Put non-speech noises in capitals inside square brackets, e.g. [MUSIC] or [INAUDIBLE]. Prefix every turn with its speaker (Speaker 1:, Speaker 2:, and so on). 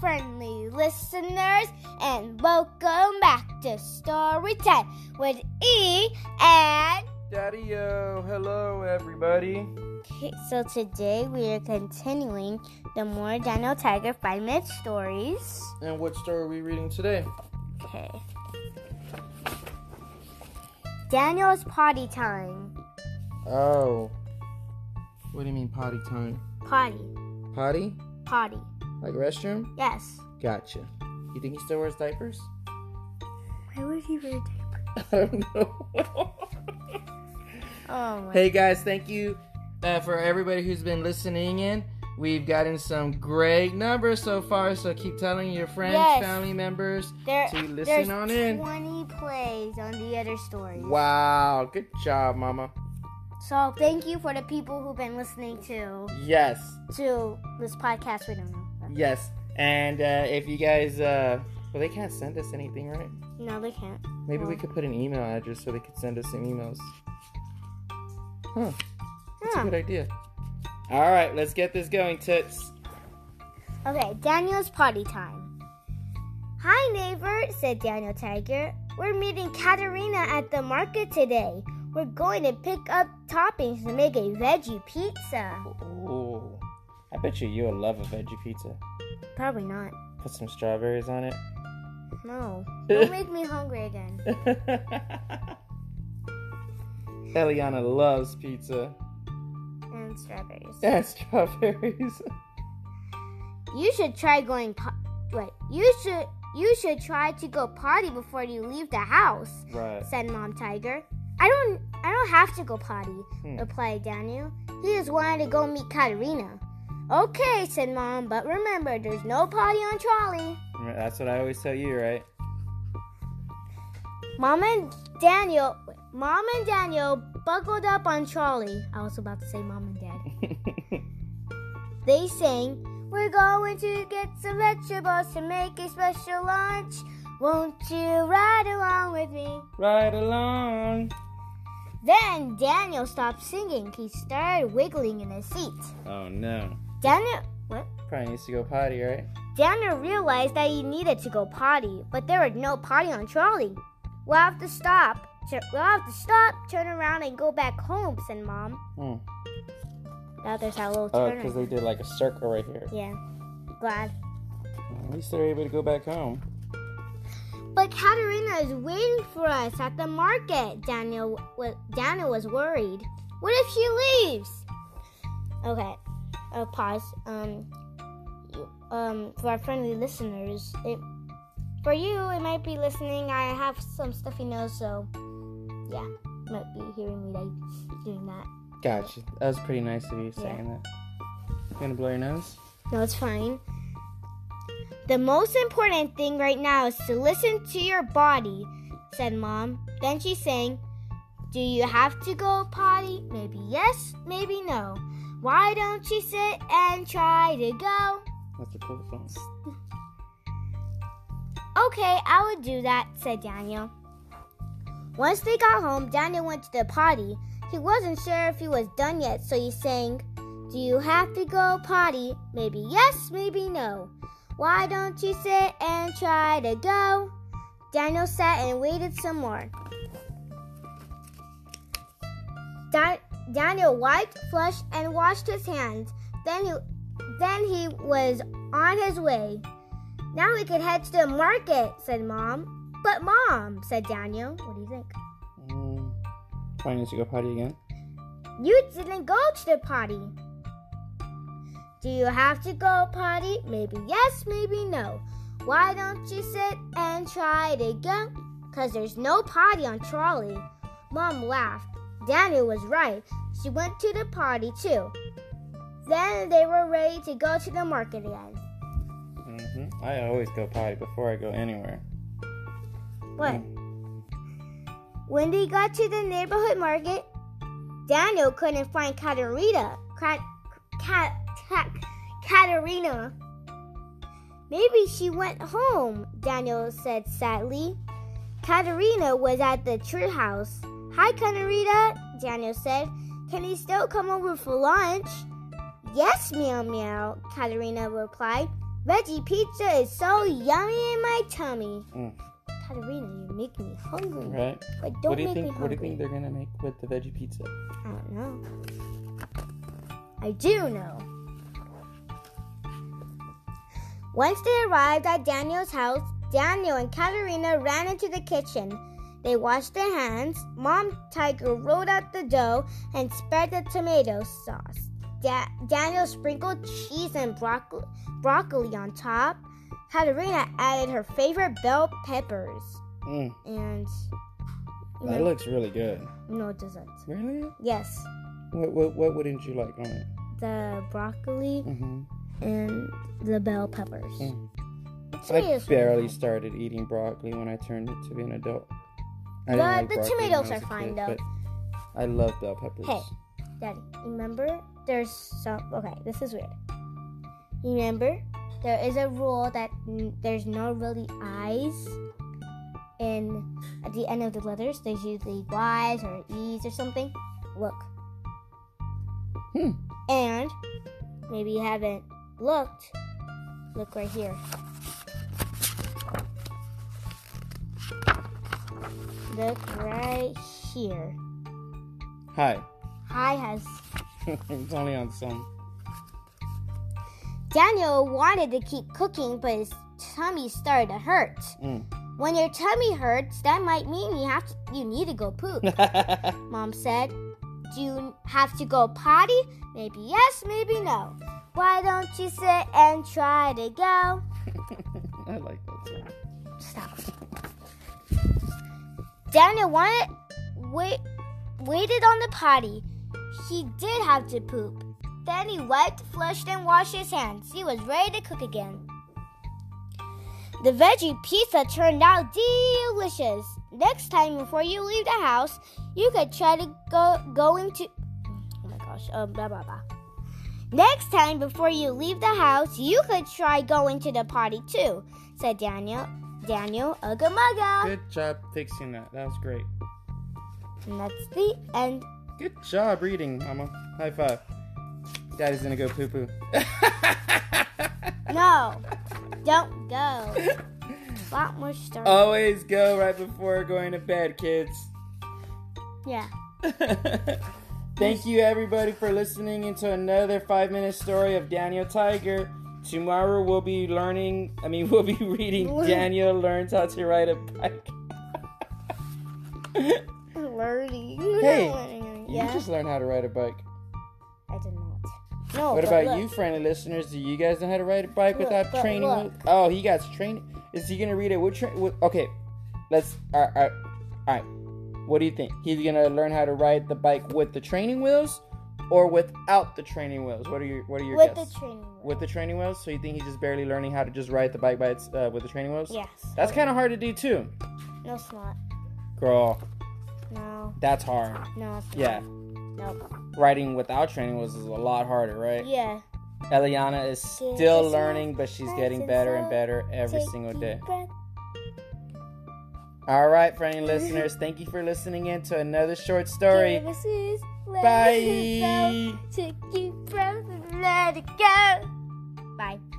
Speaker 1: friendly listeners, and welcome back to Story Time with E and.
Speaker 2: Daddy, yo, hello everybody.
Speaker 1: Okay, so today we are continuing the more Daniel Tiger five minute stories.
Speaker 2: And what story are we reading today?
Speaker 1: Okay. Daniel's potty time.
Speaker 2: Oh. What do you mean potty time?
Speaker 1: Potty.
Speaker 2: Potty?
Speaker 1: Potty.
Speaker 2: Like restroom?
Speaker 1: Yes.
Speaker 2: Gotcha. You think he still wears diapers? [LAUGHS]
Speaker 1: Why would he wear
Speaker 2: I don't know.
Speaker 1: Oh my.
Speaker 2: [LAUGHS] hey guys, thank you uh, for everybody who's been listening in. We've gotten some great numbers so far, so keep telling your friends,
Speaker 1: Yes.
Speaker 2: family members.
Speaker 1: There,
Speaker 2: So you listen
Speaker 1: there's
Speaker 2: on in.
Speaker 1: 20 plays on the other stories.
Speaker 2: Wow, good job, Mama.
Speaker 1: So thank you for the people who've been listening to
Speaker 2: Yes,
Speaker 1: to this podcast. We don't know.
Speaker 2: Yes, and uh, if you guys, uh, well, they can't send us anything, right?
Speaker 1: No, they can't.
Speaker 2: Maybe we
Speaker 1: No.
Speaker 2: could put an email address so they could send us some emails. Huh, that's
Speaker 1: Huh.
Speaker 2: a good idea. All right, let's get this going, Toots.
Speaker 1: Okay, Daniel's potty time. Hi, neighbor, said Daniel Tiger. We're meeting Katerina at the market today. We're going to pick up toppings to make a veggie pizza.
Speaker 2: Ooh, I bet you you'll love a veggie pizza.
Speaker 1: Probably not.
Speaker 2: Put some strawberries on it. [LAUGHS]
Speaker 1: No. [LAUGHS] Don't make me hungry again.
Speaker 2: Eliana loves pizza
Speaker 1: And strawberries.
Speaker 2: and [LAUGHS] strawberries.
Speaker 1: You should try going. Po- wait. You should. You should try to go potty before you leave the house,"
Speaker 2: right.
Speaker 1: said Mom Tiger. "I don't. I don't have to go potty,"
Speaker 2: Hmm.
Speaker 1: replied Daniel. "He just wanted to go meet Katerina." "Okay," said Mom. "But remember, there's no potty on trolley."
Speaker 2: That's what I always tell you, right? [LAUGHS]
Speaker 1: Mom and Daniel. wait, Mom and Daniel buckled up on trolley. I was about to say Mom and Dad.
Speaker 2: [LAUGHS]
Speaker 1: They sang, We're going to get some vegetables to make a special lunch. Won't you ride along with me?
Speaker 2: right along.
Speaker 1: Then Daniel stopped singing. He started wiggling in his seat.
Speaker 2: Oh no.
Speaker 1: Daniel, what?
Speaker 2: Probably needs to go potty, right?
Speaker 1: Daniel realized that he needed to go potty, but there was no potty on trolley. We'll have to stop. tu- We'll have to stop, turn around, and go back home, said Mom.
Speaker 2: Hmm.
Speaker 1: Now there's that little
Speaker 2: Oh,
Speaker 1: turn.
Speaker 2: because they did like a circle right here.
Speaker 1: yeah, glad.
Speaker 2: At least they're able to go back home.
Speaker 1: But Katerina is waiting for us at the market. Daniel, wa- Daniel was worried. What if she leaves? Okay, uh, pause. Um, you- um, for our friendly listeners, it, for you, it might be listening. I have some stuffy nose, so yeah, might be hearing me like doing that.
Speaker 2: Gotcha. That was pretty nice of you saying that. You gonna blow your nose?
Speaker 1: No, it's fine. The most important thing right now is to listen to your body, said Mom. Then she sang, Do you have to go potty? Maybe yes, maybe no. Why don't you sit and try to go?
Speaker 2: That's a cool song.
Speaker 1: Okay, I will do that, said Daniel. Once they got home, Daniel went to the potty. He wasn't sure if he was done yet, so he sang, Do you have to go potty? Maybe yes, maybe no. Why don't you sit and try to go? Daniel sat and waited some more. Da- Daniel wiped, flushed, and washed his hands. Then he, then he was on his way. Now we could head to the market, said Mom. But Mom, said Daniel, what do you think?
Speaker 2: Mm. Probably needs to go potty again.
Speaker 1: You didn't go to the potty. Do you have to go potty? Maybe yes, maybe no. Why don't you sit and try to go? Cause there's no potty on trolley. Mom laughed. Daniel was right. She went to the potty too. Then they were ready to go to the market again.
Speaker 2: Mm-hmm. I always go potty before I go anywhere.
Speaker 1: What? When they got to the neighborhood market, Daniel couldn't find Katerina. Kat, Kat, Kat, Katerina. Maybe she went home, Daniel said sadly. Katerina was at the tree house. Hi, Katerina, Daniel said. Can you still come over for lunch? Yes, meow meow, Katerina replied. Veggie pizza is so yummy in my tummy.
Speaker 2: Mm.
Speaker 1: Katerina, you make me hungry.
Speaker 2: Right?
Speaker 1: But don't
Speaker 2: What do you
Speaker 1: make me
Speaker 2: think?
Speaker 1: hungry.
Speaker 2: What do you think they're gonna make with the veggie pizza?
Speaker 1: I don't know. I do know. Once they arrived at Daniel's house, Daniel and Katerina ran into the kitchen. They washed their hands. Mom Tiger rolled out the dough and spread the tomato sauce. Da- Daniel sprinkled cheese and broccoli, broccoli on top. Katerina added her favorite bell peppers.
Speaker 2: Mm.
Speaker 1: And. you
Speaker 2: That
Speaker 1: know-
Speaker 2: looks really good.
Speaker 1: no, it doesn't.
Speaker 2: Really?
Speaker 1: Yes.
Speaker 2: What what, what wouldn't you like on it?
Speaker 1: the broccoli
Speaker 2: Mm-hmm.
Speaker 1: and the bell peppers.
Speaker 2: Mm. I
Speaker 1: Tomatoes are
Speaker 2: barely
Speaker 1: fine.
Speaker 2: started eating broccoli when I turned to be an adult.
Speaker 1: The-
Speaker 2: I didn't like
Speaker 1: the
Speaker 2: broccoli when
Speaker 1: tomatoes
Speaker 2: I was
Speaker 1: are
Speaker 2: a
Speaker 1: fine,
Speaker 2: kid,
Speaker 1: though.
Speaker 2: but I love bell peppers.
Speaker 1: Hey. Daddy, remember there's some. Okay, this is weird. Remember, there is a rule that n- there's no really I's in at the end of the letters. There's usually Y's or E's or something. Look.
Speaker 2: Hmm.
Speaker 1: And maybe you haven't looked. Look right here. Look right here.
Speaker 2: Hi. [LAUGHS]
Speaker 1: Hi has
Speaker 2: it's only on [LAUGHS] some.
Speaker 1: Daniel wanted to keep cooking, but his tummy started to hurt.
Speaker 2: Mm.
Speaker 1: When your tummy hurts, that might mean you have to, you need to go
Speaker 2: [LAUGHS]
Speaker 1: poop. Mom said, "Do you have to go potty? Maybe yes, maybe no. Why don't you sit and try to go?"
Speaker 2: [LAUGHS] I like that song.
Speaker 1: Stop. Daniel wanted wait, waited on the potty. He did have to poop. Then he wiped, flushed, and washed his hands. He was ready to cook again. The veggie pizza turned out delicious. Next time before you leave the house, you could try to go going to Oh my gosh. Uh, blah blah blah. Next time before you leave the house, you could try going to the potty too, said Daniel. Daniel Ugamugga.
Speaker 2: Good job fixing that. That was great.
Speaker 1: And that's the end.
Speaker 2: Good job reading, Mama. High five. Daddy's gonna go poo [LAUGHS] poo.
Speaker 1: No, don't go.
Speaker 2: [LAUGHS]
Speaker 1: A lot more stories.
Speaker 2: Always go right before going to bed, [LAUGHS] kids.
Speaker 1: yeah.
Speaker 2: Thank you, everybody, for listening into another five minute story of Daniel Tiger. Tomorrow we'll be learning, I mean, [LAUGHS] we'll be reading Daniel Learns How to Ride a Bike.
Speaker 1: Learning.
Speaker 2: [LAUGHS] Hey, You
Speaker 1: yeah.
Speaker 2: just learned how to ride a bike.
Speaker 1: I did not. No.
Speaker 2: What
Speaker 1: but
Speaker 2: about
Speaker 1: look,
Speaker 2: you, friendly listeners? Do you guys know how to ride a bike
Speaker 1: Look,
Speaker 2: without
Speaker 1: but
Speaker 2: training?
Speaker 1: look.
Speaker 2: Oh, he got training. Is he gonna read it? What train? What, okay, let's. All right, all right, all right. What do you think? He's gonna learn how to ride the bike with the training wheels, or without the training wheels? What are your What are your
Speaker 1: With
Speaker 2: guess?
Speaker 1: the training. wheel.
Speaker 2: with the training wheels. So you think he's just barely learning how to just ride the bike by its, uh, with the training wheels?
Speaker 1: Yes.
Speaker 2: That's kind of hard to do too,
Speaker 1: No, it's not.
Speaker 2: girl.
Speaker 1: No.
Speaker 2: That's hard.
Speaker 1: No, it's not.
Speaker 2: Yeah,
Speaker 1: Nope.
Speaker 2: riding without training wheels is a lot harder, right?
Speaker 1: Yeah.
Speaker 2: Eliana is
Speaker 1: Get
Speaker 2: still
Speaker 1: yourself
Speaker 2: learning, but she's getting
Speaker 1: nice
Speaker 2: better
Speaker 1: and
Speaker 2: and better every
Speaker 1: Take
Speaker 2: single
Speaker 1: deep
Speaker 2: day.
Speaker 1: breath.
Speaker 2: All right, friendly listeners, thank you for listening in to another short story.
Speaker 1: Give us this, let us go.
Speaker 2: Bye.
Speaker 1: Take deep breath and let it go. Bye.